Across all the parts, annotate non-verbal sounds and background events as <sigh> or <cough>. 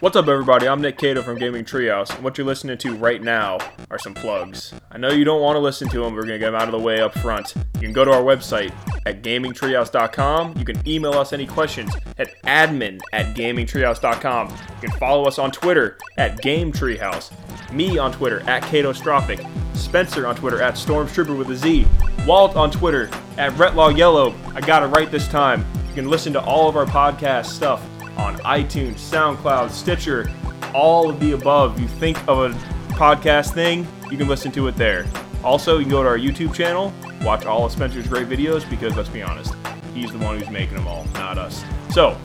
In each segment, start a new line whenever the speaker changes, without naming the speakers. What's up, everybody? I'm Nick Cato from Gaming Treehouse, and what you're listening to right now are some plugs. I know you don't want to listen to them, we're going to get them out of the way up front. You can go to our website at gamingtreehouse.com. You can email us any questions at admin at gamingtreehouse.com. You can follow us on Twitter at GameTreehouse, me on Twitter at Catostrophic, Spencer on Twitter at Stormtrooper with a Z, Walt on Twitter at Retlaw Yellow. I got it right this time. You can listen to all of our podcast stuff on iTunes, SoundCloud, Stitcher, all of the above. You think of a podcast thing, you can listen to it there. Also, you can go to our YouTube channel, watch all of Spencer's great videos because let's be honest, he's the one who's making them all, not us. So,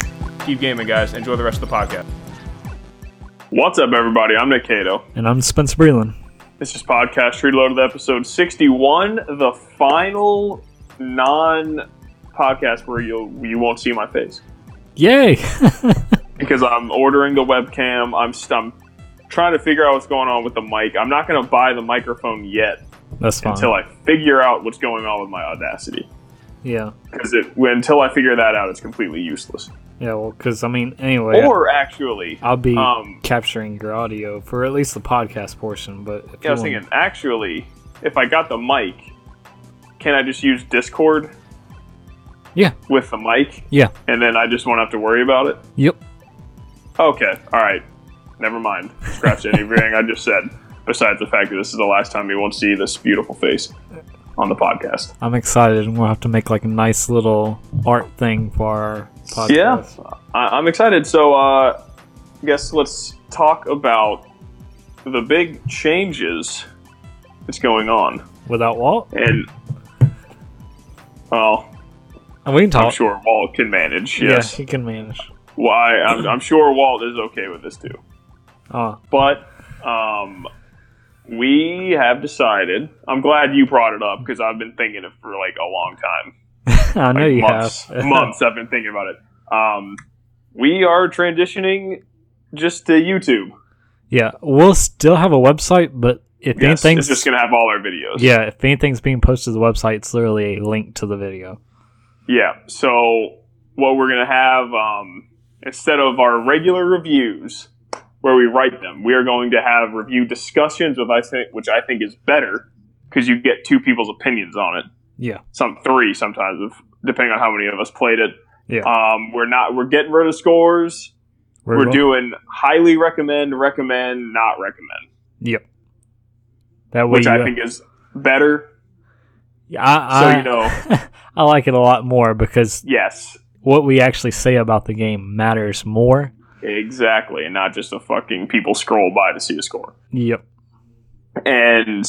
keep gaming, guys. Enjoy the rest of the podcast. What's up, everybody? I'm Nick Cato.
And I'm Spencer Breland.
This is Podcast Reloaded, episode 61, the final non podcast where you'll, you won't see my face.
Yay! <laughs>
because I'm ordering the webcam. I'm st- I'm trying to figure out what's going on with the mic. I'm not going to buy the microphone yet
That's fine.
until I figure out what's going on with my Audacity.
yeah.
Because it until I figure that out, it's completely useless.
Yeah, well, because, I mean, anyway,
Or actually,
Oh, I'll be
um,
capturing your audio for at least the podcast portion, but if
yeah, I was
you want-
thinking actually, if I got the mic, can I just use Discord
Yeah.
with the mic,
Yeah.
and then I just won't have to worry about it?
Yep.
Okay, all right. Never mind. Scratch anything I just said. Besides the fact that this is the last time you won't see this beautiful face on the podcast.
I'm excited, and we'll have to make, like, a nice little art thing for our podcast.
Yeah, I- I'm excited. So, uh, I guess let's talk about the big changes that's going on.
Without Walt?
And, well,
And we can
I'm
talk.
sure Walt can manage. Yes.
Yeah, he can manage.
Why? I'm, I'm sure Walt is okay with this too.
Oh,
but um, we have decided. I'm glad you brought it up because I've been thinking it for like a long time.
<laughs> I know
Like,
you
months,
have. <laughs>
months. I've been thinking about it. Um, we are transitioning just to YouTube.
yeah, we'll still have a website, but if
Yes, it's
anything's.
just gonna have all our videos.
yeah, if anything's being posted to the website, it's literally a link to the video.
Yeah. So what we're gonna have um, instead of our regular reviews where we write them, we are going to have review discussions with I think, which I think is better because you get two people's opinions on it.
Yeah.
some three sometimes, if, depending on how many of us played it.
Yeah.
Um, we're not we're getting rid of scores. We're,
go-
doing highly recommend, recommend, not recommend,
Yep. That way,
which I
you-
think is better.
Yeah, I,
So,
I,
you know.
<laughs> I like it a lot more because
Yes,
what we actually say about the game matters more.
exactly, and not just the fucking people scroll by to see a score.
Yep.
And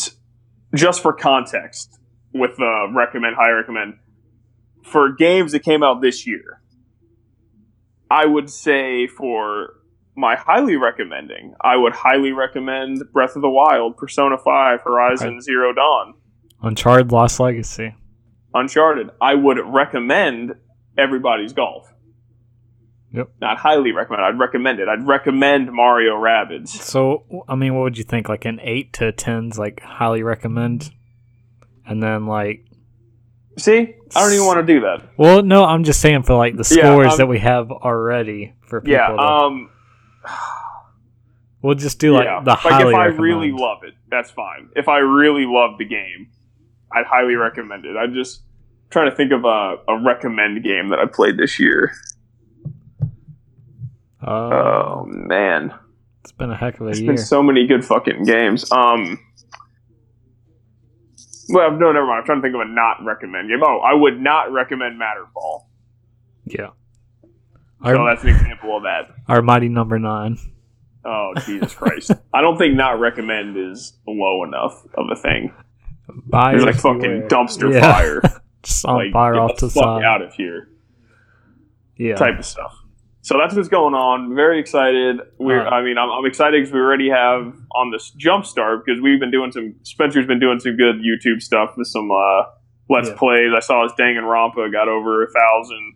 just for context, with the recommend, high recommend, for games that came out this year, I would say for my highly recommending, I would highly recommend Breath of the Wild, Persona 5, Horizon Zero Dawn,
Uncharted Lost Legacy.
Uncharted. I would recommend Everybody's Golf.
Yep.
Not highly recommend, I'd recommend it. I'd recommend Mario Rabbids.
So, I mean, what would you think? Like an 8 to 10's like highly recommend. And then like
See? I don't even want to do that.
well, no, I'm just saying for like the
Yeah,
scores
um,
that we have already for people.
Yeah.
to-
Um,
we'll just do like
yeah.
the highly
if I
recommend.
really love it, that's fine. If I really love the game, I'd highly recommend it. I'm just trying to think of a, a recommend game that I played this year.
Uh,
Oh man,
it's been a heck of a
there's
year.
been so many good fucking games. Um, well, no, never mind. I'm trying to think of a not recommend game. Oh, I would not recommend Matterfall.
yeah.
So
Our,
that's an example of that.
our mighty number 9.
Oh Jesus
<laughs>
Christ! I don't think not recommend is low enough of a thing.
Buyers
It's like fucking
beware.
dumpster
Yeah.
fire.
Just on
like,
fire
get
off
the
to the
fuck
side.
out of here
Yeah.
type of stuff. So that's what's going on. Very excited. We're,
Alright.
I mean, I'm, I'm excited because we already have on this jump start because we've been doing some. Spencer's been doing some good YouTube stuff with some uh, let's
Yeah.
plays. I saw his Dang and Rampa got over a thousand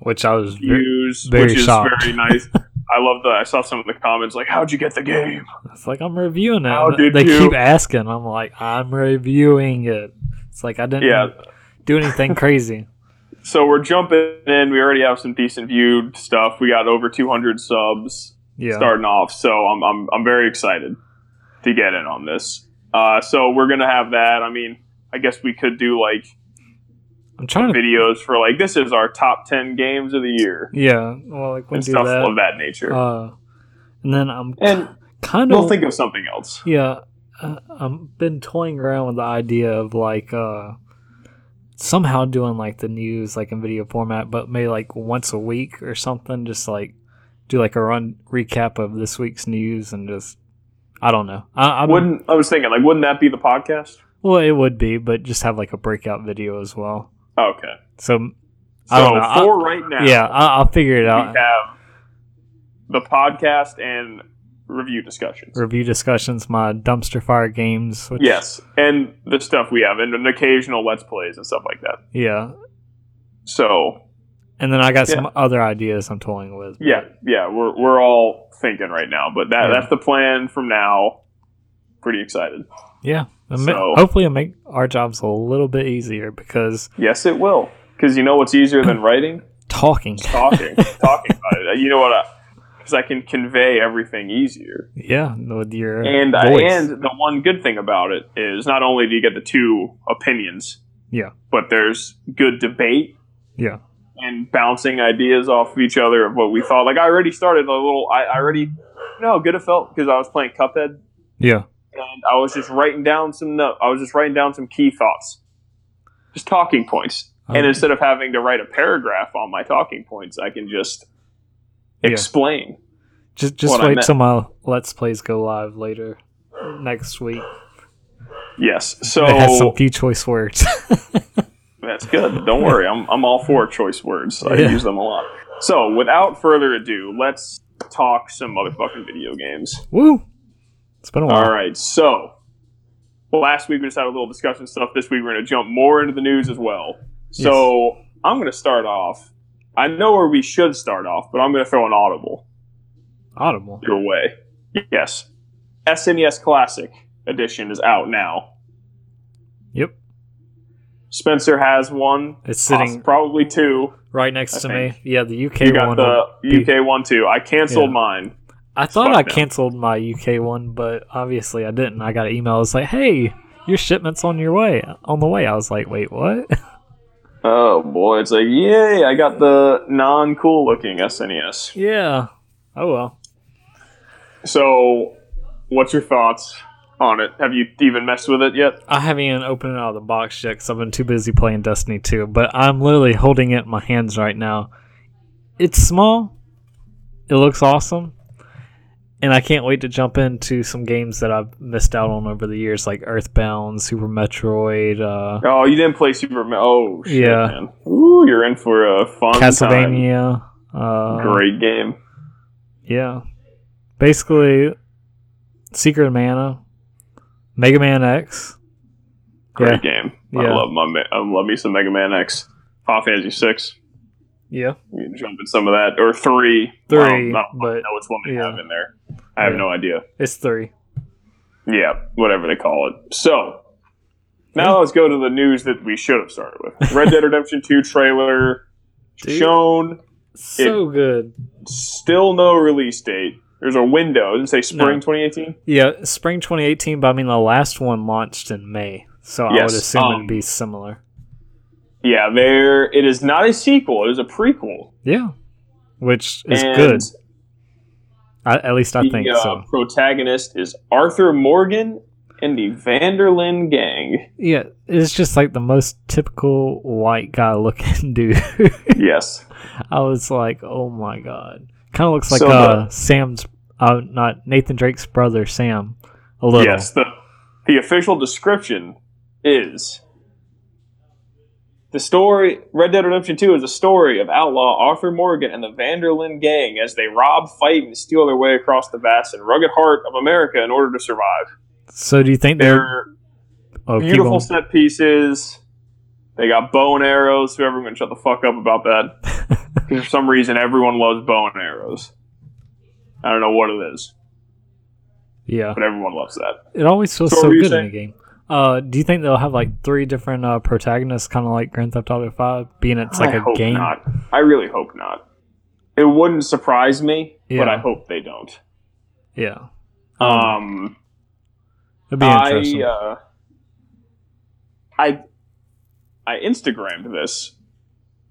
Which I was very,
views,
very
which is
shocked.
very
<laughs>
nice. I love the. I saw some of the comments like, "How'd you get the game?"
It's like I'm reviewing it.
How
and
did
they
you-
keep asking. I'm like, I'm reviewing it. It's like I didn't
Yeah.
do anything crazy.
So we're jumping in. We already have some decent viewed stuff. We got over 200 subs.
Yeah.
starting off. So I'm, I'm, I'm very excited to get in on this. Uh, so we're gonna have that. I mean, I guess we could do like
I'm trying to.
videos for like this is our top ten games of the year
Yeah. Well, like we'll
and
do
stuff of
that.
that nature.
Uh, and then I'm
and
kind
we'll
of
think of something else.
Yeah, uh, I've been toying around with the idea of like uh, somehow doing like the news like in video format, but maybe like once a week or something. Just like do like a run recap of this week's news and just I don't know. I, I
Wouldn't I was thinking like wouldn't that be the podcast?
Well, it would be, but just have like a breakout video as well.
Okay.
So
So
I don't know. I-
for right now,
yeah, I, I'll figure it
we
out.
have the podcast and review discussions.
Review discussions, my dumpster fire games. Which,
Yes, and the stuff we have, and an occasional let's plays and stuff like that.
Yeah.
So
And then I got some other ideas I'm toying with. but-
yeah, yeah, we're we're all thinking right now, but that
Yeah.
that's the plan from now. Pretty excited.
Yeah. It'll ma-
So-
hopefully, it'll make our jobs a little bit easier because
Yes, it will, because you know what's easier than
<laughs>
writing?
talking.
Talking, talking about it. You know what? Because I can convey everything easier.
Yeah, with your
and I,
voice.
and the one good thing about it is not only do you get the two opinions,
Yeah.
but there's good debate,
Yeah.
and bouncing ideas off of each other of what we thought. Like I already started a little, I, I already no good it felt because I was playing Cuphead
yeah,
and I was just writing down some note. I was just writing down some key thoughts, just talking points. And
Okay.
instead of having to write a paragraph on my talking points, I can just
Yeah.
explain.
just just
what I
wait
meant.
till my let's plays go live later next week.
Yes, so
it has some few choice words. <laughs>
That's good. Don't worry. I'm, I'm all for choice words. I
Yeah.
use them a lot. So, without further ado, let's talk some motherfucking video games.
Woo! It's been a while.
All right. So, well, last week we just had a little discussion stuff. This week we're going to jump more into the news as well. So, I'm going to start off. I know where we should start off, but I'm going to throw an audible
Audible.
your way. Yes. SNES Classic Edition is out now.
Yep,
Spencer has one,
it's sitting
probably two.
right next to
think.
me. Yeah, the UK
You got
one.
the
be-
UK one too. I canceled
Yeah.
mine.
I thought I
fucked up.
canceled my UK one, but obviously I didn't. I got an email. It's like, hey, your shipment's on your way, on the way. I was like, wait, what? <laughs>
Oh boy, it's like yay! I got the non-cool looking E SNES.
yeah. Oh well.
So, what's your thoughts on it? Have you even messed with it yet?
I haven't even opened it out of the box yet because I've been too busy playing Destiny 2, but I'm literally holding it in my hands right now. It's small, it looks awesome, and I can't wait to jump into some games that I've missed out on over the years, like Earthbound, Super Metroid, uh,
Oh, you didn't play Super. Ma- oh shit,
Yeah.
man! Ooh, you're in for a fun
Castlevania.
Time.
Uh,
Great game.
yeah. Basically, Secret of Mana, Mega Man X. Yeah.
Great game. I
Yeah.
love my. Ma- I love me some Mega Man X. Final Fantasy Six.
Yeah.
We can jump in some of that or three.
Three,
Wow, I don't
but
know which one they
yeah.
have in there. I have
Yeah.
no idea.
it's three.
Yeah, whatever they call it. So now let's go to the news that we should have started with. Red Dead Redemption 2 trailer
<laughs> Dude.
shown,
So good.
still no release date. There's a window. Didn't it say spring 2018.
Yeah, spring 2018, but I mean, the last one launched in May, so I
Yes,
would assume
um,
it'd be similar.
Yeah, there. It is not a sequel. It is a prequel.
Yeah. Which is
And
good. I, at least I
The
think
uh,
so.
protagonist is Arthur Morgan and the Vanderlyn gang.
Yeah, it's just like the most typical white guy looking <laughs> dude.
yes.
I was like, oh my god. Kind of looks like
So the-
uh, Sam's, uh, not Nathan Drake's brother, Sam, a little.
Yes, the, the official description is the story Red Dead Redemption 2 is a story of outlaw Arthur Morgan and the Vanderlyn gang as they rob, fight, and steal their way across the vast and rugged heart of America in order to survive.
So do you think they're.
They're
Oh, keep
beautiful
on.
set pieces. They got bow and arrows. Whoever I'm going to shut the fuck up about that.
<laughs>
'Cause for some reason, everyone loves bow and arrows. I don't know what it is,
Yeah.
but everyone loves that.
It always feels
So
so,
what were you
good in
saying?
the game. Uh, do you think they'll have like three different uh, protagonists, kind of like Grand Theft Auto Five, being it's like
I
a
hope
game?
Not. I really hope not. It wouldn't surprise me, but
Yeah.
I hope they don't.
Yeah.
Um,
It'd be
I
interesting.
uh, I I Instagrammed this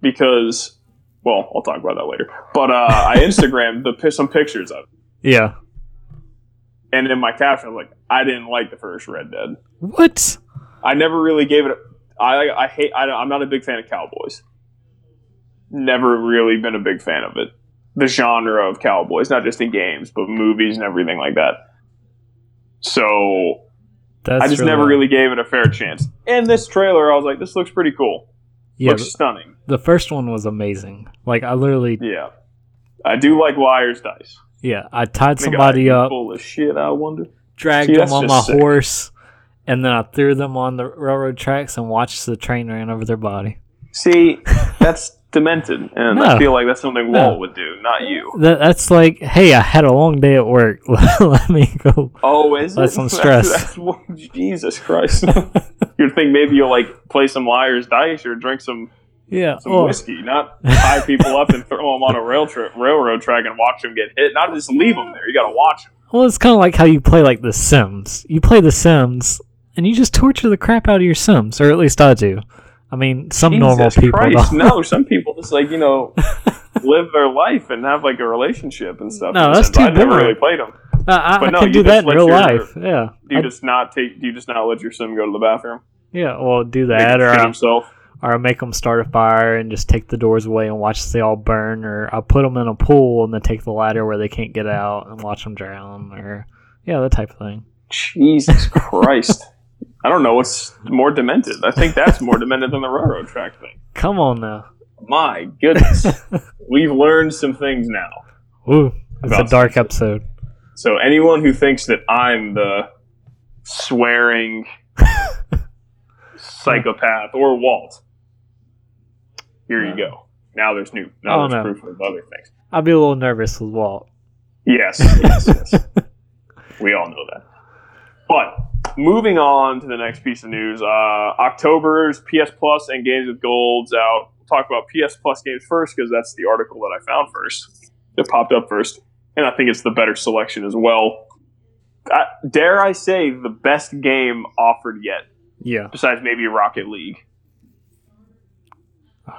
because, well, I'll talk about that later. But uh,
<laughs>
I Instagrammed the pi- some pictures of, it.
yeah.
and in my caption, I was like, I didn't like the first Red Dead.
What?
I never really gave it. a- I I hate. I, I'm not a big fan of cowboys. Never really been a big fan of it. The genre of cowboys, not just in games, but movies and everything like that. So
That's
I just never really gave it a fair chance. And this trailer, I was like, this looks pretty cool.
Yeah,
looks stunning.
the first one was amazing. Like I literally,
Yeah. I do like liars dice.
yeah, I tied
Make an
somebody uh,
eye
up,
Full of shit, I wonder.
dragged
See,
them
that's
on my
just sick. horse,
horse, and then I threw them on the railroad tracks and watched the train ran over their body.
See, that's demented. And
No.
I feel like that's something
No.
Walt would do, not you.
That, that's like, hey, I had a long day at work. <laughs> Let me go.
Oh, is
That's
it?
some
<laughs>
stress.
That's, what- Jesus Christ. <laughs> You'd think maybe you'll like play some liars dice or drink some,
Yeah.
some
Oh,
whiskey, not tie people up and throw them on a rail trip, railroad track and watch them get hit. Not just leave them there. You got to watch them.
well, it's kind of like how you play like The Sims. You play The Sims, and you just torture the crap out of your Sims, or at least I do. I mean, some normal people.
Christ,
<laughs> don't.
no, some people just like you know live their life and have like a relationship and stuff.
No,
And
that's
since I
too
never
boring.
really played them.
I,
<laughs>
I,
But
I
no,
could
you
do
just
that in
let
real
your-
life. Yeah.
Do you
I-
just not take? Do you just not let your sim go to the bathroom?
yeah. Well, do
Make him
that, or
shit
I,
himself.
or I make them start a fire and just take the doors away and watch they all burn, or I put them in a pool and then take the ladder where they can't get out and watch them drown, or yeah, that type of thing. <laughs>
Jesus Christ! I don't know what's more demented. I think that's more demented than the railroad track thing.
Come on now.
My
<laughs>
goodness, we've learned some things now.
Ooh, it's a
About
dark episode.
So anyone who thinks that I'm the
<laughs>
swearing psychopath or Walt, here you go. Now there's new. Now
Oh,
there's
no.
proof of other things.
I'd be a little nervous with Walt.
Yes, yes, yes. we all know that. But moving on to the next piece of news, uh, October's PS Plus and Games with Gold's out. We'll talk about PS Plus games first because that's the article that I found first. It popped up first, and I think it's the better selection as well. I, dare I say the best game offered yet,
Yeah,
besides maybe Rocket League.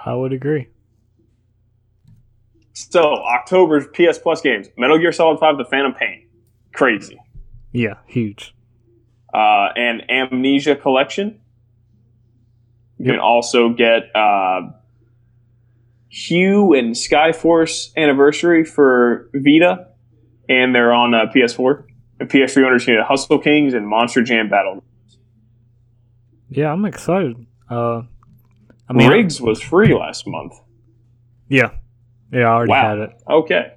I would agree.
So October's PS Plus games: Metal Gear Solid Five, The Phantom Pain, crazy,
Yeah, huge.
uh, and Amnesia Collection. You can also get uh, Hue and Skyforce Anniversary for Vita, and they're on uh, PS4. And PS3 owners can get Hustle Kings and Monster Jam Battle.
Yeah, I'm excited. Uh, I
I
mean,
Riggs was free last month.
yeah, yeah, I already
Wow.
had it.
Okay,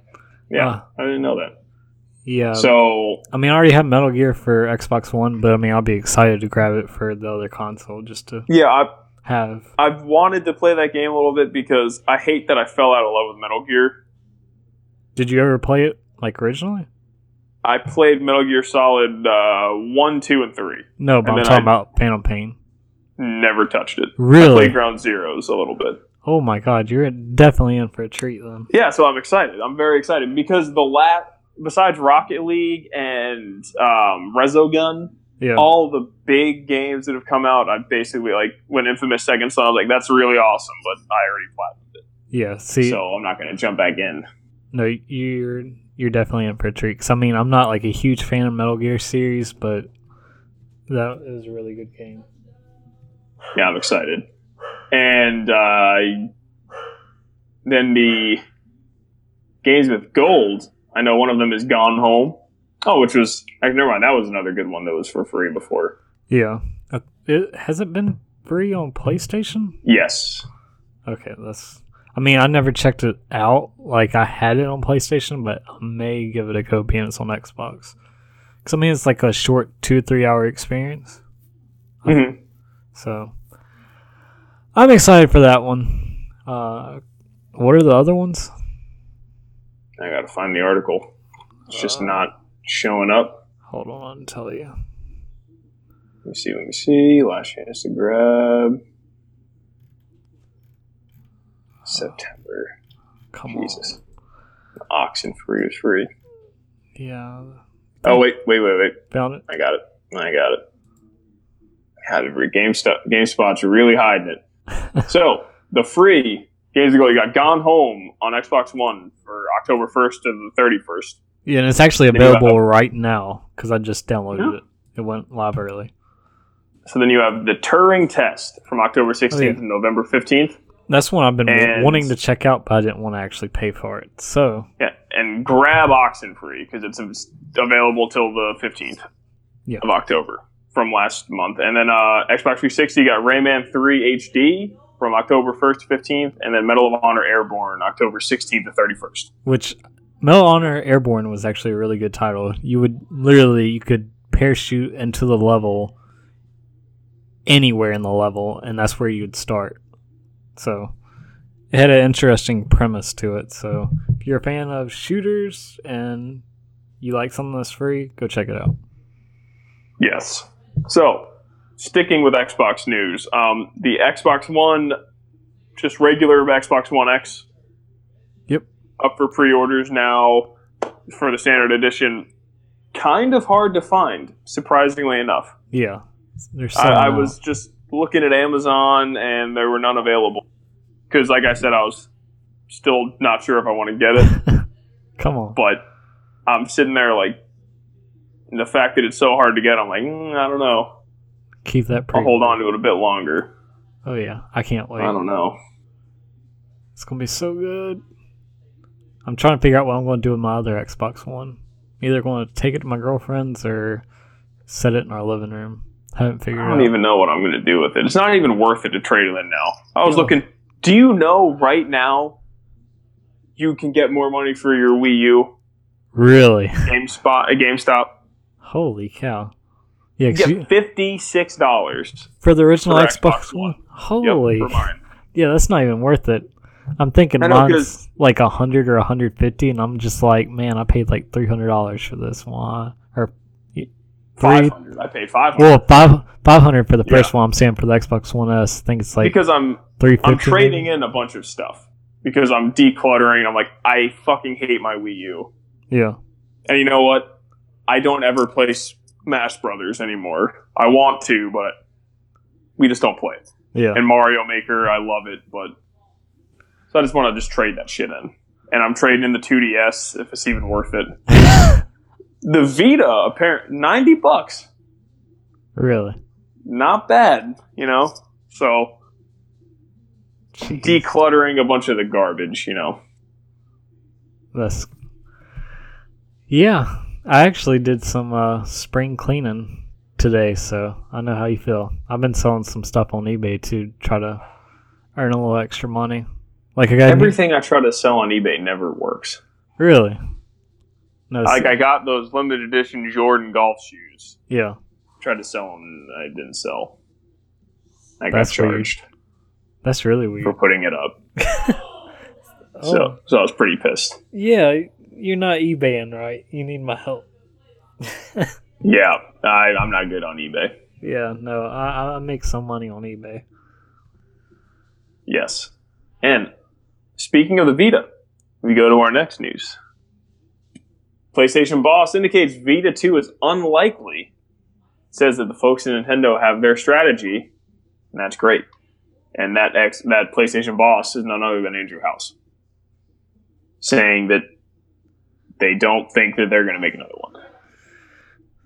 yeah,
Ah.
I didn't know that.
Yeah,
so
I mean, I already have Metal Gear for Xbox One, but I mean, I'll be excited to grab it for the other console just to
yeah, I,
have.
I've wanted to play that game a little bit because I hate that I fell out of love with Metal Gear.
Did you ever play it like originally?
I played Metal Gear Solid uh, 1, 2, and 3.
No,
And
but I'm
then
talking
I-
about Phantom Pain.
Never touched it.
Really?
Playground Zeroes a little bit.
Oh my god, you're definitely in for a treat then.
Yeah, so I'm excited. I'm very excited because the last, besides Rocket League and um, Rezogun,
Yeah,
all the big games that have come out, I basically like when Infamous Second Son, I was like, that's really awesome, but I already played,
yeah. See,
so I'm not going to jump back in.
no, you're you're definitely in for a treat. 'Cause, I mean, I'm not like a huge fan of Metal Gear series, but that is a really good game.
Yeah, I'm excited. And uh, then the games with gold. I know one of them is Gone Home. Oh, which was actually, never mind. That was another good one that was for free before.
Yeah, Uh, it has it been free on PlayStation?
Yes,
Okay, that's. I mean, I never checked it out. Like, I had it on PlayStation, but I may give it a go being it's on Xbox. Because, I mean, it's like a short two, three hour experience.
Mhm.
So, I'm excited for that one. Uh, what are the other ones?
I gotta find the article. It's just
Uh.
not showing up.
Hold on, I'll tell you.
Let me see. Let me see. Last chance to grab. September.
Come
Jesus.
on.
Oxen free is free.
Yeah.
Oh wait, wait, wait, wait.
Found it.
I got it. I got it. How did we GameStop GameSpot's really hiding it. so the free games ago you got Gone Home on Xbox One for October first to the thirty first.
Yeah, and it's actually
Then you have-
available right now because I just downloaded
Yeah.
it. It went live early.
So then you have the Turing test from October sixteenth to November fifteenth.
That's one I've been w-
And-
wanting to check out, but I didn't want to actually pay for it. So
Yeah, and grab Oxen free because it's it's available till the fifteenth
Yeah.
of October from last month. And then uh, Xbox 360 got Rayman 3 HD from October 1st to 15th, and then Medal of Honor Airborne October 16th to 31st.
which Metal Honor Airborne was actually a really good title. You would literally you could parachute into the level anywhere in the level, and that's where you'd start. So it had an interesting premise to it. So if you're a fan of shooters and you like something that's free, go check it out.
Yes. So, sticking with Xbox news, um, the Xbox One, just regular Xbox One X.
Yep.
Up for pre-orders now for the standard edition. Kind of hard to find, surprisingly enough.
Yeah, there's.
I, I
some, uh,
was just looking at Amazon and there were none available because, like I said, I was still not sure if I want to get it.
Come on.
but I'm sitting there like and the fact that it's so hard to get. I'm like, mm, I don't know.
Keep that
I'll
pretty.
hold on to it a bit longer.
Oh yeah, I can't wait.
I don't know.
It's gonna be so good. I'm trying to figure out what I'm gonna do with my other Xbox One. Either gonna take it to my girlfriend's or set it in our living room. Haven't figured
I
it
don't
out.
even know what I'm going to do with it. It's not even worth it to trade it in now. I was
No.
looking. Do you know right now? You can get more money for your Wii U,
Really? <laughs>
GameSpot, uh, GameStop.
Holy cow! Yeah,
You
'cause you-
get fifty-six dollars.
for the original
for
Xbox,
Xbox
One. Holy,
Yep, for mine.
yeah, that's not even worth it. I'm thinking
I know,
mine's like a hundred or a hundred fifty, and I'm just like, man, I paid like three hundred dollars for this one, or y- three,
500. I paid 500
Well, five five hundred for the
Yeah.
first one. I'm saying for the Xbox One S, I think it's like
because I'm
three fifty.
I'm trading in a bunch of stuff because I'm decluttering. I'm like I fucking hate my Wii U,
Yeah,
and you know what? I don't ever play Smash Brothers anymore. I want to, but we just don't play it.
yeah,
And Mario Maker, I love it, but so I just want to just trade that shit in. And I'm trading in the 2DS if it's even worth it. the Vita, apparent ninety bucks,
really.
not bad, you know. So
Jeez,
decluttering a bunch of the garbage, you know.
that's yeah. I actually did some uh, spring cleaning today, so I know how you feel. I've been selling some stuff on eBay to try to earn a little extra money. Like I got a new-
Everything I try to sell on eBay never works.
really. No,
Like
see-
I got those limited edition Jordan golf shoes.
yeah,
Tried to sell them, I didn't sell. I
That's
got charged
that's really
for
weird.
putting it up,
Oh,
so so I was pretty pissed.
yeah, you're not eBaying right. You need my help.
Yeah, I, I'm not good on eBay.
Yeah, no, I, I make some money on eBay.
Yes. And speaking of the Vita, we go to our next news. PlayStation boss indicates Vita 2 is unlikely. Says that the folks at Nintendo have their strategy, and that's great. And that ex that PlayStation boss is none other than Andrew House, saying that they don't think that they're going to make another one.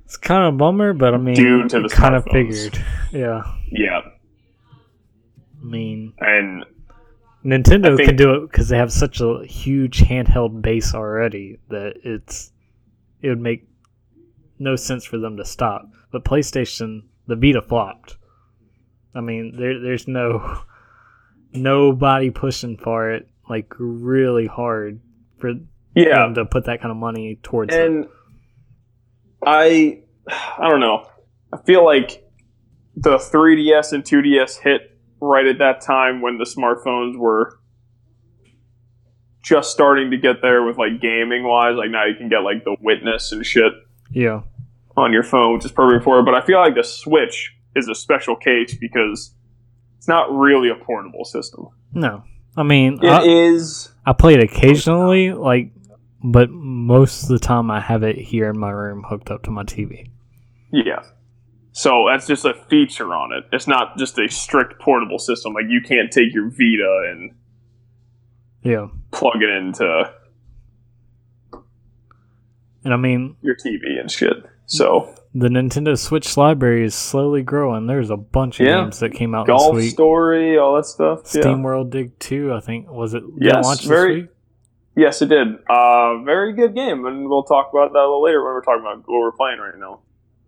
It's kind of a bummer, but I mean,
Due to the
kind of
smartphones.
figured. Yeah,
Yeah,
I mean,
and
Nintendo
I think-
can do it because they have such a huge handheld base already that it's it would make no sense for them to stop. But PlayStation, the Vita flopped. I mean, there there's no nobody pushing for it like really hard for
yeah,
them to put that kind of money towards it.
and I, I don't know. I feel like the 3DS and 2DS hit right at that time when the smartphones were just starting to get there with like gaming wise. Like now you can get like the Witness and shit
Yeah,
on your phone, which is perfect for it. But I feel like the Switch is a special case because it's not really a portable system.
no, I mean,
It is
I, I played occasionally, like but most of the time I have it here in my room hooked up to my TV.
Yeah. So that's just a feature on it. It's not just a strict portable system. Like you can't take your Vita and
Yeah.
plug it into
And I mean,
your TV and shit. So
the Nintendo Switch library is slowly growing. There's a bunch of
Yeah.
games that came out
golf
this week.
story, all that stuff.
Steam World Dig 2, I think, was it did it
Yes,
launch
very-
this week?
yeah. Yes, it did. Uh, very good game, and we'll talk about that a little later when we're talking about what we're playing right now.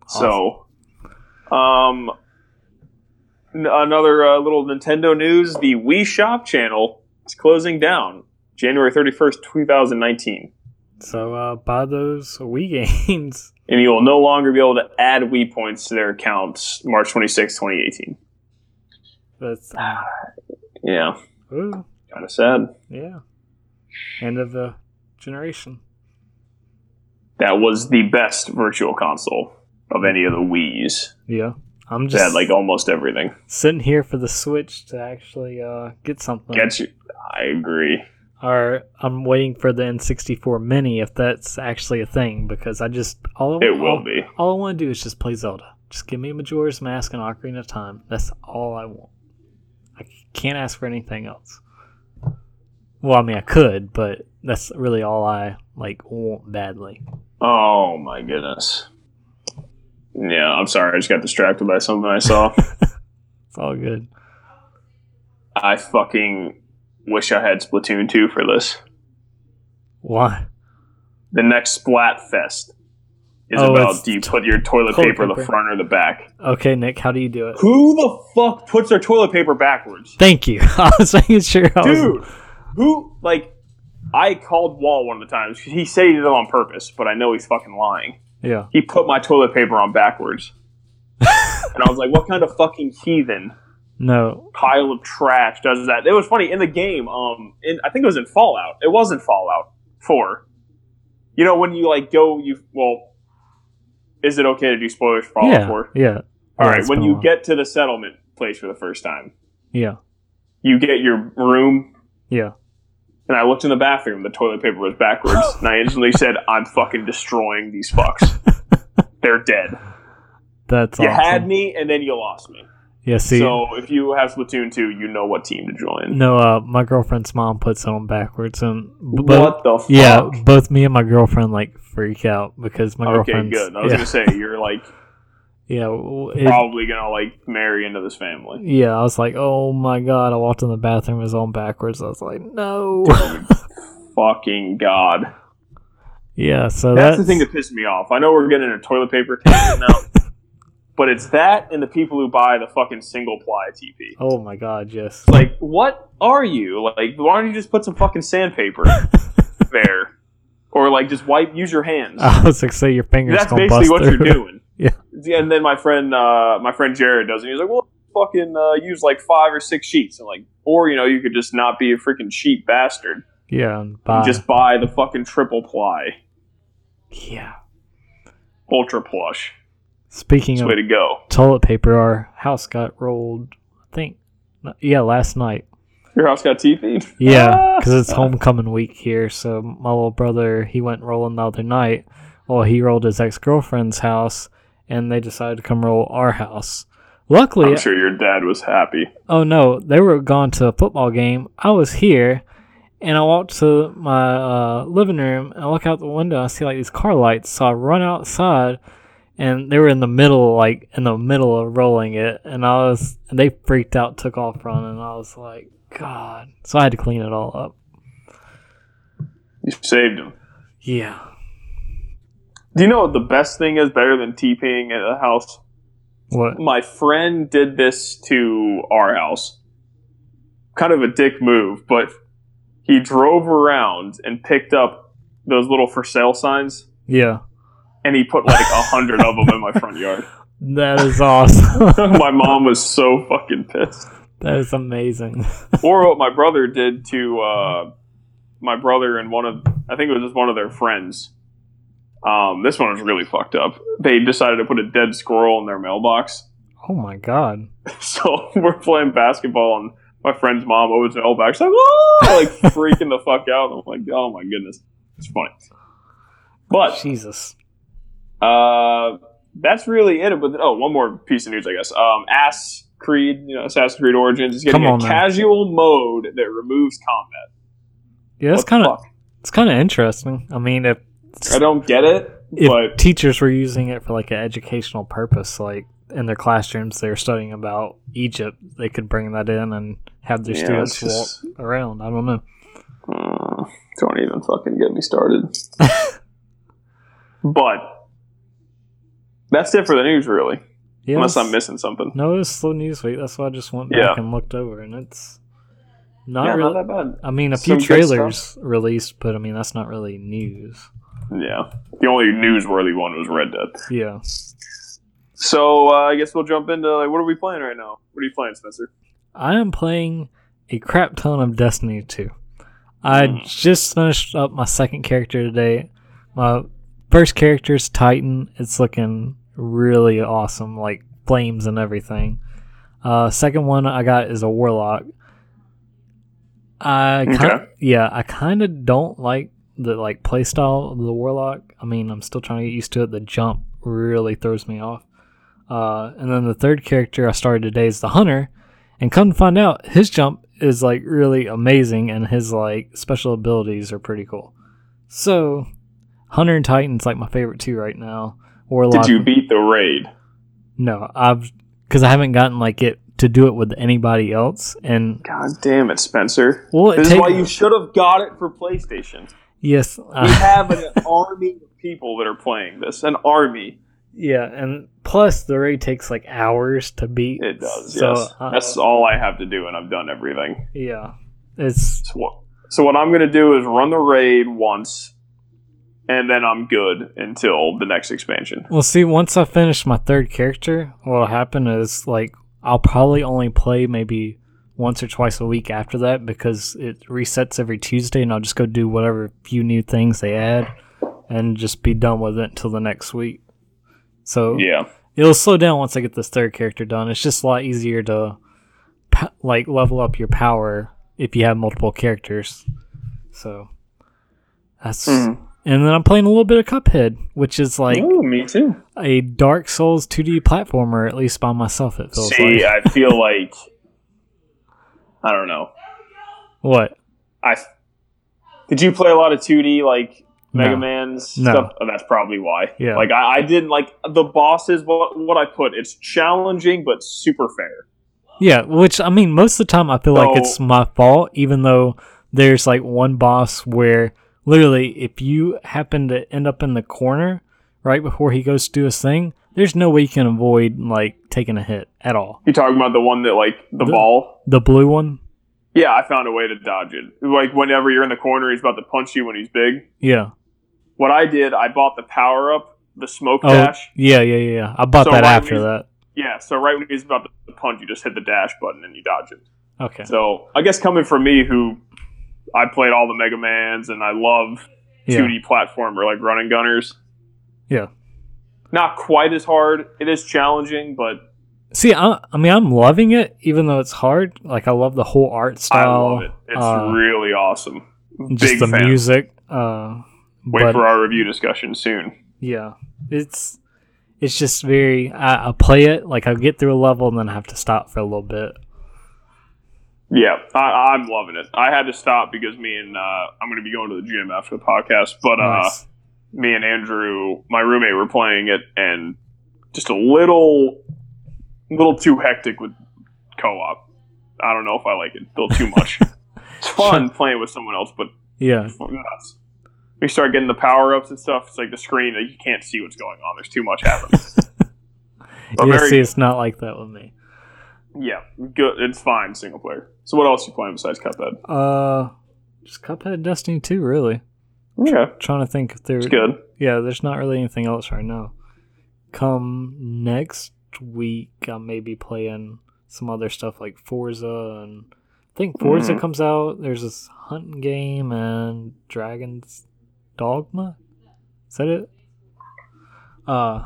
So, um, n- another uh, little Nintendo news: the Wii Shop channel is closing down January thirty first, two thousand nineteen,
So uh, buy those Wii <laughs> games.
and you will no longer be able to add Wii points to their accounts March twenty sixth, twenty eighteen.
That's
Ah.
uh,
Yeah,
ooh,
kind of sad.
yeah. End of the generation.
That was the best Virtual Console of any of the Wii's.
Yeah. I'm
It had
just
like almost everything.
sitting here for the Switch to actually uh, get something.
Get you. I agree.
Or I'm waiting for the N64 Mini if that's actually a thing because I just all I,
It will
all,
be.
all I want to do is just play Zelda. Just give me Majora's Mask and Ocarina of Time. That's all I want. I can't ask for anything else. Well, I mean, I could, but that's really all I like want badly.
Oh my goodness. Yeah, I'm sorry. I just got distracted by something I
<laughs>
saw.
It's all good.
I fucking wish I had Splatoon 2 for this.
Why?
The next Splatfest is
Oh, it's
about do you put your toilet
toilet
paper, in the
paper.
front or the back?
Okay, Nick, how do you do it?
Who the fuck puts their toilet paper backwards?
Thank you. <laughs> I was making sure. I was,
Dude, who, like, I called Wall one of the times. He said he did it on purpose, but I know he's fucking lying.
Yeah.
he put my toilet paper on
<laughs>
backwards. and I was like, what kind of fucking heathen
No.
pile of trash does that? It was funny in the game. Um, in, I think it was in Fallout. It wasn't Fallout Four. You know when you like go, you well, is it okay to do spoilers for Fallout
Yeah.
Four?
Yeah.
All
Yeah,
right,
it's
when
been a
you
while.
get to the settlement place for the first time,
Yeah.
you get your room.
Yeah.
And I looked in the bathroom. The toilet paper was
<laughs>
backwards, and I instantly said, "I'm fucking destroying these fucks. They're dead.
That's
you
awesome.
had me, and then you lost me."
Yeah, see.
So if you have Splatoon 2, you know what team to join.
no, uh, my girlfriend's mom puts on backwards, and b- both,
what the fuck?
yeah, both me and my girlfriend like freak out because my
Okay,
girlfriend's
good. I was
yeah,
gonna say you're like
yeah, w- <laughs> it-
probably gonna like marry into this
<laughs>
family.
yeah. I was like, oh my god, I walked in the bathroom, it was on backwards. I was like, no. <laughs>
Fucking god.
yeah, so
That's, the thing that pissed me off. I know we're getting a toilet paper tangent
<laughs>
now, but it's that and the people who buy the fucking single ply TP.
oh my god, yes.
Like, what are you? Like, why don't you just put some fucking
<laughs>
sandpaper there, or like just wipe? Use your hands.
<laughs> I was like, say your fingers.
That's
Ah, gonna
basically
bust
what
through.
you're doing.
Yeah.
And then my friend, uh, my friend Jared does it. He's like, well, fucking uh, use like five or six sheets, and like, or you know, you could just not be a freaking sheep bastard.
<laughs> Yeah, and
You
bye.
Just buy the fucking triple ply,
yeah.
ultra plush.
Speaking
It's
of
way to go.
toilet paper, our house got rolled. I think, yeah, last night.
Your house got Ah. TP.
<laughs>
<laughs>
Yeah, because it's homecoming week here. So my little brother, he went rolling the other night. Well, he rolled his ex girlfriend's house, and they decided to come roll our house. Luckily,
I'm sure your dad was happy.
oh no, they were gone to a football game. I was here, and I walked to my uh, living room and I look out the window. I see like these car lights, so I run outside, and they were in the middle, like in the middle of rolling it, and I was and they freaked out, took off running. I was like, God, so I had to clean it all up.
You saved him.
Yeah.
Do you know what the best thing is better than TPing at a house?
What?
my friend did this to our house. Kind of a dick move, but he drove around and picked up those little for sale signs
Yeah.
and he put like a hundred of them in my front yard.
That is awesome. <laughs>
my mom was so fucking pissed.
that is amazing.
Or what my brother did to uh, my brother and one of, I think it was just one of their friends. Um, this one was really fucked up. They decided to put a dead squirrel in their mailbox.
Oh my god.
So <laughs> we're playing basketball, and
<laughs>
my friend's mom opens her elbow back. She's like, "Whoa!" Like freaking the fuck out. I'm like, "Oh my goodness!" It's funny. But
Jesus.
uh, that's really it. But oh, one more piece of news, I guess. Um, Ass Creed, you know, Assassin's Creed Origins is getting
Come on
a
now.
casual mode that removes combat.
Yeah, that's
What the
kind of
fuck?
it's kind of interesting. I mean, if
I don't get it,
if
but
teachers were using it for like an educational purpose, like in their classrooms, they were studying about Egypt, they could bring that in and have their
Yeah, it's
students
just-
walk around. I don't know.
uh, don't even fucking get me
<laughs>
started. but that's it for the news, really.
Yeah,
Unless I'm
it's-
missing something.
No, it's slow news week. That's why I just went
Yeah.
back and looked over, and it's not
yeah,
really.
not that
I mean, a
Some
few
good stuff.
trailers released, but I mean, that's not really news.
bad. Yeah. The only newsworthy one was Red Dead.
Yeah.
So uh, I guess we'll jump into like what are we playing right now? What are you playing, Spencer?
I am playing a crap ton of Destiny 2. I just finished up my second character today. My first character is Titan. It's looking really awesome, like flames and everything. Uh, second one I got is a Warlock. I
Okay.
kind yeah, I kind of don't like the like playstyle of the Warlock. I mean, I'm still trying to get used to it. The jump really throws me off. Uh, and then the third character I started today is the Hunter, and come to find out, his jump is like really amazing, and his like special abilities are pretty cool. So, Hunter and Titan's like my favorite two right now. Warlock.
Did you beat the raid?
No, I've because I haven't gotten like it to do it with anybody else, and
God damn it, Spencer.
Well, it
this is
take-
why you should have got it for PlayStation.
yes, uh,
We
I,
have an <laughs> army of people that are playing this. An army.
yeah, and plus the raid takes like hours to beat.
It does.
So
yes.
uh,
That's all I have to do, and I've done everything.
yeah, it's
So what, so what I'm going to do is run the raid once, and then I'm good until the next expansion.
Well, see, once I finish my third character, what'll happen is like I'll probably only play maybe once or twice a week after that because it resets every Tuesday, and I'll just go do whatever few new things they add, and just be done with it until the next week. So
Yeah.
it'll slow down once I get this third character done. It's just a lot easier to p- like level up your power if you have multiple characters. So that's
Mhm.
and then I'm playing a little bit of Cuphead, which is like
Ooh, me too.
a Dark Souls 2D platformer, at least by myself. It feels
See,
like
I feel like I don't know.
what?
I did you play a lot of 2D like Mega
No.
Man's
No.
stuff? Oh, that's probably why.
Yeah.
Like I, I didn't like the bosses. What what I put? It's challenging but super fair.
Yeah, which I mean, most of the time I feel like it's
So-
my fault, even though there's like one boss where literally, if you happen to end up in the corner right before he goes to do his thing, there's no way you can avoid like taking a hit at all.
You talking about the one that like the,
The-
ball?
The blue one,
Yeah, I found a way to dodge it. Like whenever you're in the corner, he's about to punch you when he's big.
yeah.
What I did, I bought the power up, the smoke
Oh,
dash.
yeah, yeah, yeah, yeah. I bought
So
that
why
after
we-
that.
Yeah, so right when he's about to punch, you just hit the dash button and you dodge it.
Okay.
<laughs> So I guess coming from me, who I played all the Mega Mans and I love
yeah.
2D platformer like running gunners.
Yeah.
Not quite as hard. It is challenging, but
See, I, I mean, I'm loving it, even though it's hard. Like, I love the whole art
I
style.
love it. It's
uh,
really awesome.
just
Big
the
fan.
music. Uh,
Wait
but
for our review discussion soon.
yeah, it's it's just very. I, I play it like I get through a level and then I have to stop for a little bit.
Yeah, I, I'm loving it. I had to stop because me and uh, I'm going to be going to the gym after the podcast, but uh,
Nice.
me and Andrew, my roommate, were playing it, and just a little, little too hectic with co-op. I don't know if I like it. A little too much. it's fun playing with someone else, but
yeah,
nuts. We start getting the power ups and stuff. It's like the screen like you can't see what's going on. There's too much happening. But
yeah.
very-
See, it's not like that with me.
yeah, good. It's fine single player. So what else you playing besides Cuphead?
Uh, just Cuphead, Destiny two, really.
Okay,
Trying to think if there.
it's good.
Yeah, there's not really anything else right now. Come next week, I may be playing some other stuff like Forza, and I think Forza
Mhm.
comes out. There's this hunting game and Dragon's Dogma. Is that it? Uh,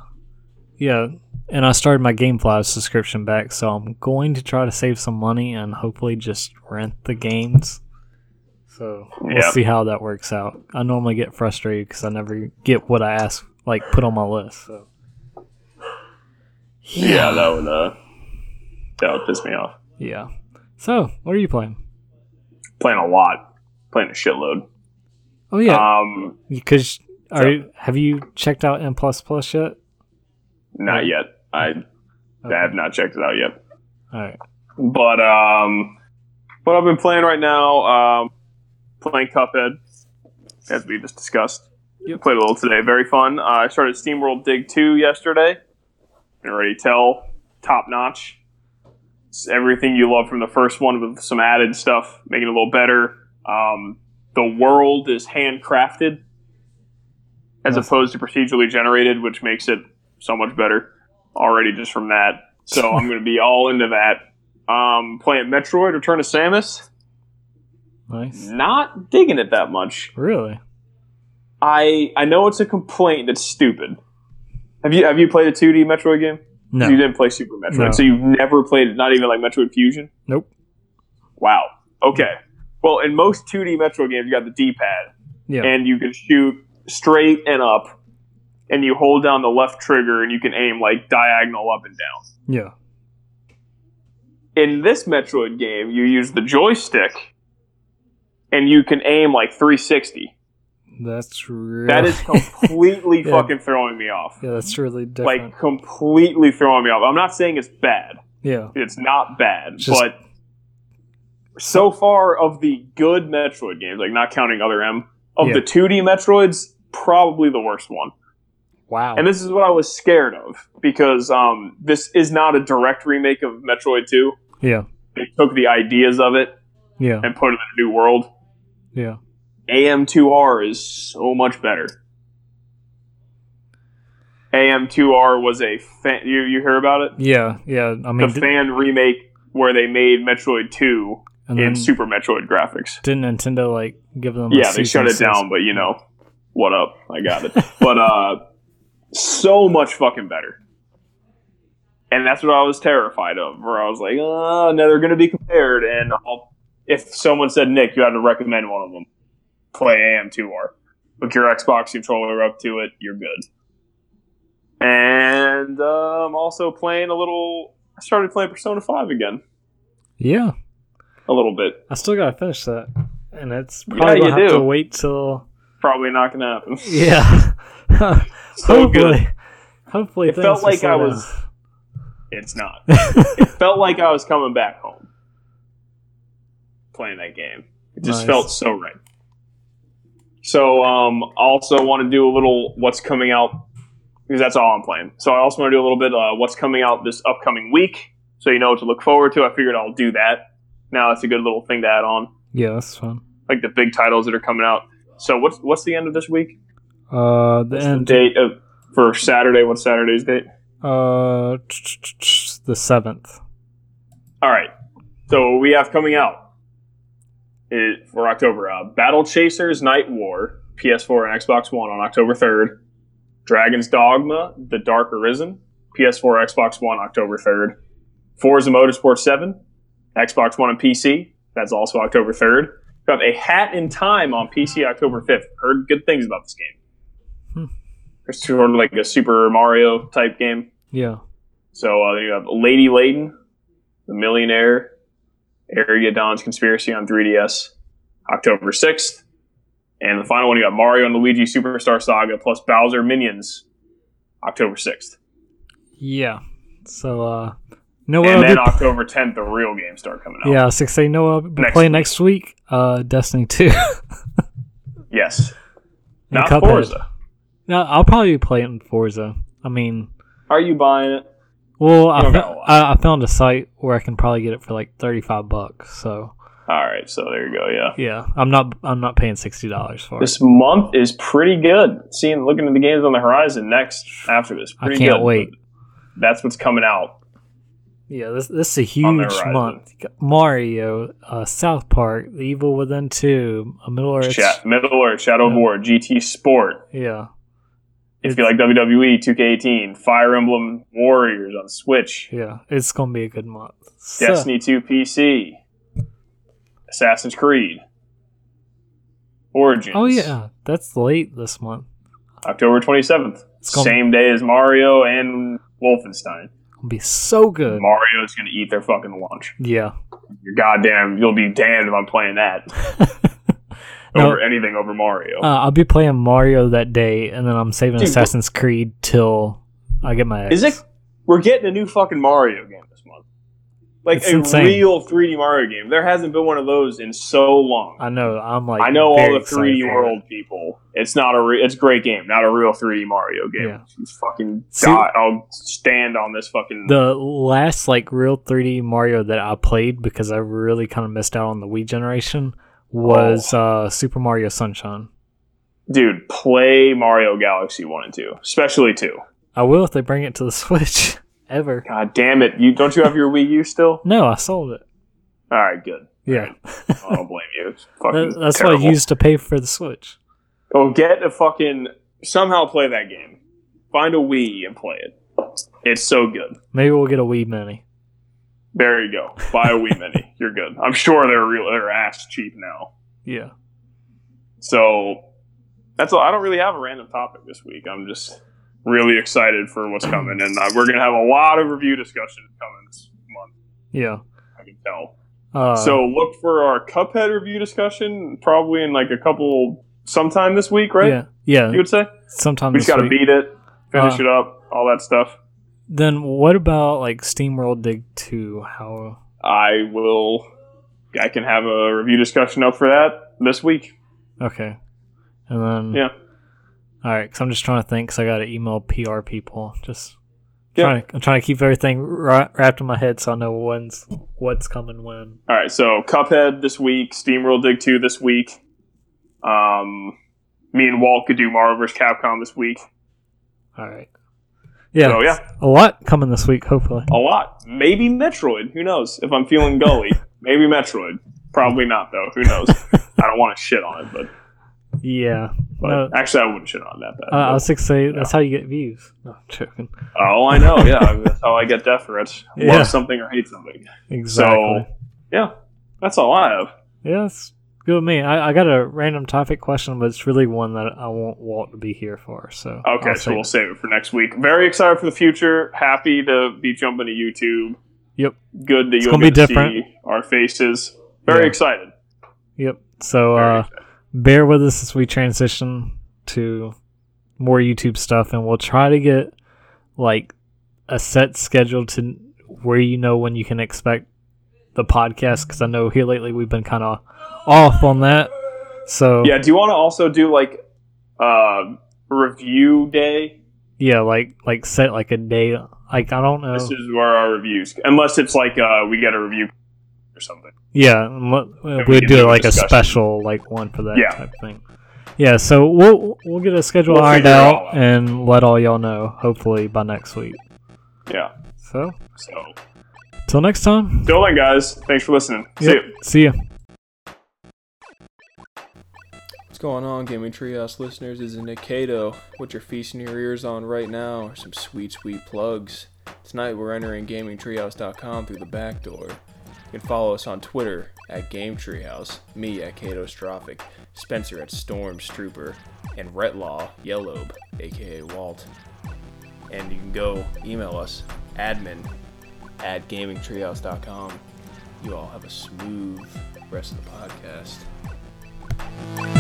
yeah. And I started my GameFly subscription back, so I'm going to try to save some money and hopefully just rent the games. So we'll
Yeah.
see how that works out. I normally get frustrated because I never get what I ask, like put on my list. So
Yeah, that would uh, that would piss me off.
yeah. So what are you playing?
Playing a lot, playing a shitload.
Oh yeah,
Um,
because are you, have you checked out M plus plus yet?
not yet. I, I have
Okay.
not checked it out yet.
All right.
But um, what I've been playing right now, um, playing Cuphead, as we just discussed.
Yep.
Played a little today. Very fun. Uh, I started SteamWorld Dig 2 yesterday. Can already tell, top notch. It's everything you love from the first one with some added stuff, making it a little better. Um, the world is handcrafted as
Nice.
opposed to procedurally generated, which makes it so much better already just from that.
<laughs>
So I'm going to be all into that. Um, playing Metroid Return of Samus,
Nice.
not digging it that much.
Really?
I I know it's a complaint that's stupid. Have you have you played a 2D Metroid game?
No.
You didn't play Super Metroid,
No.
so you've never played it, not even like Metroid Fusion.
Nope.
Wow. Okay. Well, in most 2D Metroid games, you got the D-pad,
Yeah.
and you can shoot straight and up, and you hold down the left trigger, and you can aim like diagonal up and down.
yeah.
in this Metroid game, you use the joystick and you can aim like 360.
That's really.
That
<laughs>
is completely
Yeah.
fucking throwing me off.
yeah. That's really different.
Like completely throwing me off. I'm not saying it's bad.
yeah.
It's not bad,
Just-
but so far of the good Metroid games, like not counting other M, of
Yeah.
the 2D Metroids, probably the worst one.
Wow.
And this is what I was scared of because um, this is not a direct remake of Metroid 2.
yeah.
They took the ideas of it
Yeah.
and put it in a new world.
Yeah.
AM2R is so much better. AM2R was a fan. You, you hear about it?
Yeah. Yeah. I mean,
the fan remake where they made Metroid 2
and
in
then
Super Metroid graphics.
didn't Nintendo like give them? a
Yeah, they shut it
cease and
down, but you know, what up? I got it. but uh, so much fucking better. And that's what I was terrified of, where I was like, oh, now they're going to be compared. And I'll, if someone said, Nick, you had to recommend one of them, play AM2R. Hook your Xbox controller up to it, you're good. And uh, I'm also playing a little. I started playing Persona 5 again,
desist? Yeah.
a little bit.
I still gotta finish that, and it's
Yeah,
probably
you
gonna have
do.
to wait till
Probably not going to happen. <laughs>
yeah. <laughs>
So good.
hopefully, hopefully
It
things
felt
will
like
slow
I
down.
was- It's not. it felt like I was coming back home playing that game. It just
Nice.
felt so right. So, um, also want to do a little what's coming out because that's all I'm playing. So I also want to do a little bit uh, what's coming out this upcoming week, so you know what to look forward to. I figured I'll do that. Now that's a good little thing to add on,
<laughs> yeah, that's fun.
like the big titles that are coming out. So what's what's the end of this week?
Uh, the
What's
end.
the date of for Saturday? What's Saturday's date?
Uh, the seventh.
All right. So we have coming out it, for October uh, Battle Chasers Night War, PS4 and Xbox One on October 3rd. Dragon's Dogma, The Dark Arisen, PS4, Xbox One, October 3rd. Forza Motorsport 7, Xbox One and PC. That's also October 3rd. We have A Hat in Time on PC, October 5th. Heard good things about this game.
Hmm.
It's sort of like a Super Mario type game.
Yeah.
So uh, you have Lady Layton, The Millionaire, Area Dawn's Conspiracy on 3DS, October 6th. And the final one, you got Mario and Luigi Superstar Saga plus Bowser Minions, October 6th.
Yeah. So uh, no.
and
I'll
then
be,
October 10th, the real games start coming out.
yeah, I was gonna say no. I'll be
Next
playing next week. Uh, Destiny two. <laughs>
Yes.
And
Not
Cuphead.
Forza.
No, I'll probably play it in Forza. I mean,
Are you buying it?
well, I,
don't
fo-
got a lot.
I, I found a site where I can probably get it for like thirty-five bucks. So
All right, so there you go. Yeah.
yeah, I'm not I'm not paying sixty dollars for it.
This month is pretty good. Seeing, looking at the games on the horizon next after this.
I
Pretty
can't
good.
wait.
That's what's coming out.
Yeah, this this is a
On the
huge
horizon.
month. You got Mario, uh, South Park, The Evil Within Two, a Middle Earth.
Sha- Middle Earth, Shadow of
Yeah.
War, GT Sport,
Yeah,
If you like E, WWE 2K18, Fire Emblem Warriors on Switch,
yeah, it's gonna be a good month. So,
Destiny 2 PC, Assassin's Creed, Origins.
Oh yeah, that's late this month.
October 27th.
It's gonna-
Same day as Mario and Wolfenstein.
It'll be so good.
Mario's going to eat their fucking lunch.
Yeah.
You're goddamn, you'll be damned if I'm playing that
<laughs> No.
over anything over Mario.
Uh, I'll be playing Mario that day, and then I'm saving
Oh. Dude,
Assassin's Creed till I get my.
Is
X.
it? We're getting a new fucking Mario game this month. Like
It's
a
insane.
real 3D Mario game. There hasn't been one of those in so long.
I know. I'm like.
I know all
very
the
excited
3D
for it.
World people. It's not a re- it's a great game, not a real 3D Mario game.
Yeah.
You fucking
See-
die. I'll stand on this fucking.
The last like real 3D Mario that I played because I really kind of missed out on the Wii generation was
Oh.
uh, Super Mario Sunshine.
Dude, play Mario Galaxy 1 and 2, especially 2.
I will if they bring it to the <laughs> Switch ever.
God damn it. You don't you have your Wii U
<laughs>
still?
No, I sold it.
All right, good.
Yeah,
I don't blame you. It's
That-
fucking
that's
terrible.
what I used to pay for the Switch.
Go get a fucking somehow play that game. Find a Wii and play it. It's so good.
Maybe we'll get a Wii Mini.
There you go. Buy a
<laughs>
Wii Mini. You're good. I'm sure they're real. They're ass cheap now.
Yeah.
So that's all. I don't really have a random topic this week. I'm just really excited for what's coming, and uh, we're gonna have a lot of review discussion coming this month.
Yeah.
I can tell.
Uh,
so look for our Cuphead review discussion probably in like a couple sometime this week, right?
Yeah. Yeah.
You would say
Sometime
we just
this
gotta
week.
beat it, finish
Uh,
it up, all that stuff.
Then what about like SteamWorld Dig 2? How
I will. I can have a review discussion up for that this week.
okay. And then
Yeah.
All right, cuz I'm just trying to think cuz I got to email PR people. Just
Yeah.
trying to, I'm trying to keep everything ra- wrapped in my head so I know when's what's coming when.
All right, so Cuphead this week, Steamroll Dig 2 this week. Um, me and Walt could do Marvel vs. Capcom this week.
All right. Yeah.
So, yeah.
A lot coming this week hopefully.
A lot. Maybe Metroid. Who knows? If I'm feeling
<laughs>
gully, maybe Metroid. Probably not, though. Who knows? I don't want to shit on it, but,
Yeah.
but
No.
actually, I wouldn't shit on that bad.
Uh, I was six say that's how you get views. No, I'm joking.
but- oh, I know. Yeah, that's how I get death threats. Love
<laughs> Yeah.
something or hate something.
Exactly.
Yeah, that's all I have.
yeah, that's good with me. I, I got a random topic question, but it's really one that I want Walt to be here for. So
Okay,
I'll
so
save
we'll save it for next week. Very excited for the future. Happy to be jumping to YouTube.
Yep.
Good that you'll
gonna be
get to
different.
see our faces. Very
Yeah.
excited.
Yep. So
Very
uh, bear with us as we transition to more YouTube stuff, and we'll try to get like a set schedule to where you know when you can expect the podcast. Because I know here lately we've been kind of off on that. So
Yeah. Do you want to also do like uh, review day?
yeah, like like set like a day. Like I don't know.
This is where our reviews, unless it's like uh, we get a review or something.
Yeah, and what- uh,
we
we'd
can
do
do a
like a
discussion.
special like one for that
Yeah.
type thing. Yeah, so we'll we'll get a schedule
We'll
ironed
figure it
out,
all out.
and let all y'all know hopefully by next week.
Yeah.
So
So,
till next time.
till then, guys. Thanks for listening. See
Yep,
you.
See ya.
What's going on, Gaming Treehouse listeners? This is Nick Cato. What you're feasting your ears on right now are some sweet, sweet plugs. Tonight we're entering GamingTreehouse.com through the back door. You can follow us on Twitter at GameTreehouse, me at Catostrophic, Spencer at Stormstrooper, and Retlaw Yellowb, aka Walt. And you can go email us, admin at GamingTreehouse.com. You all have a smooth rest of the podcast.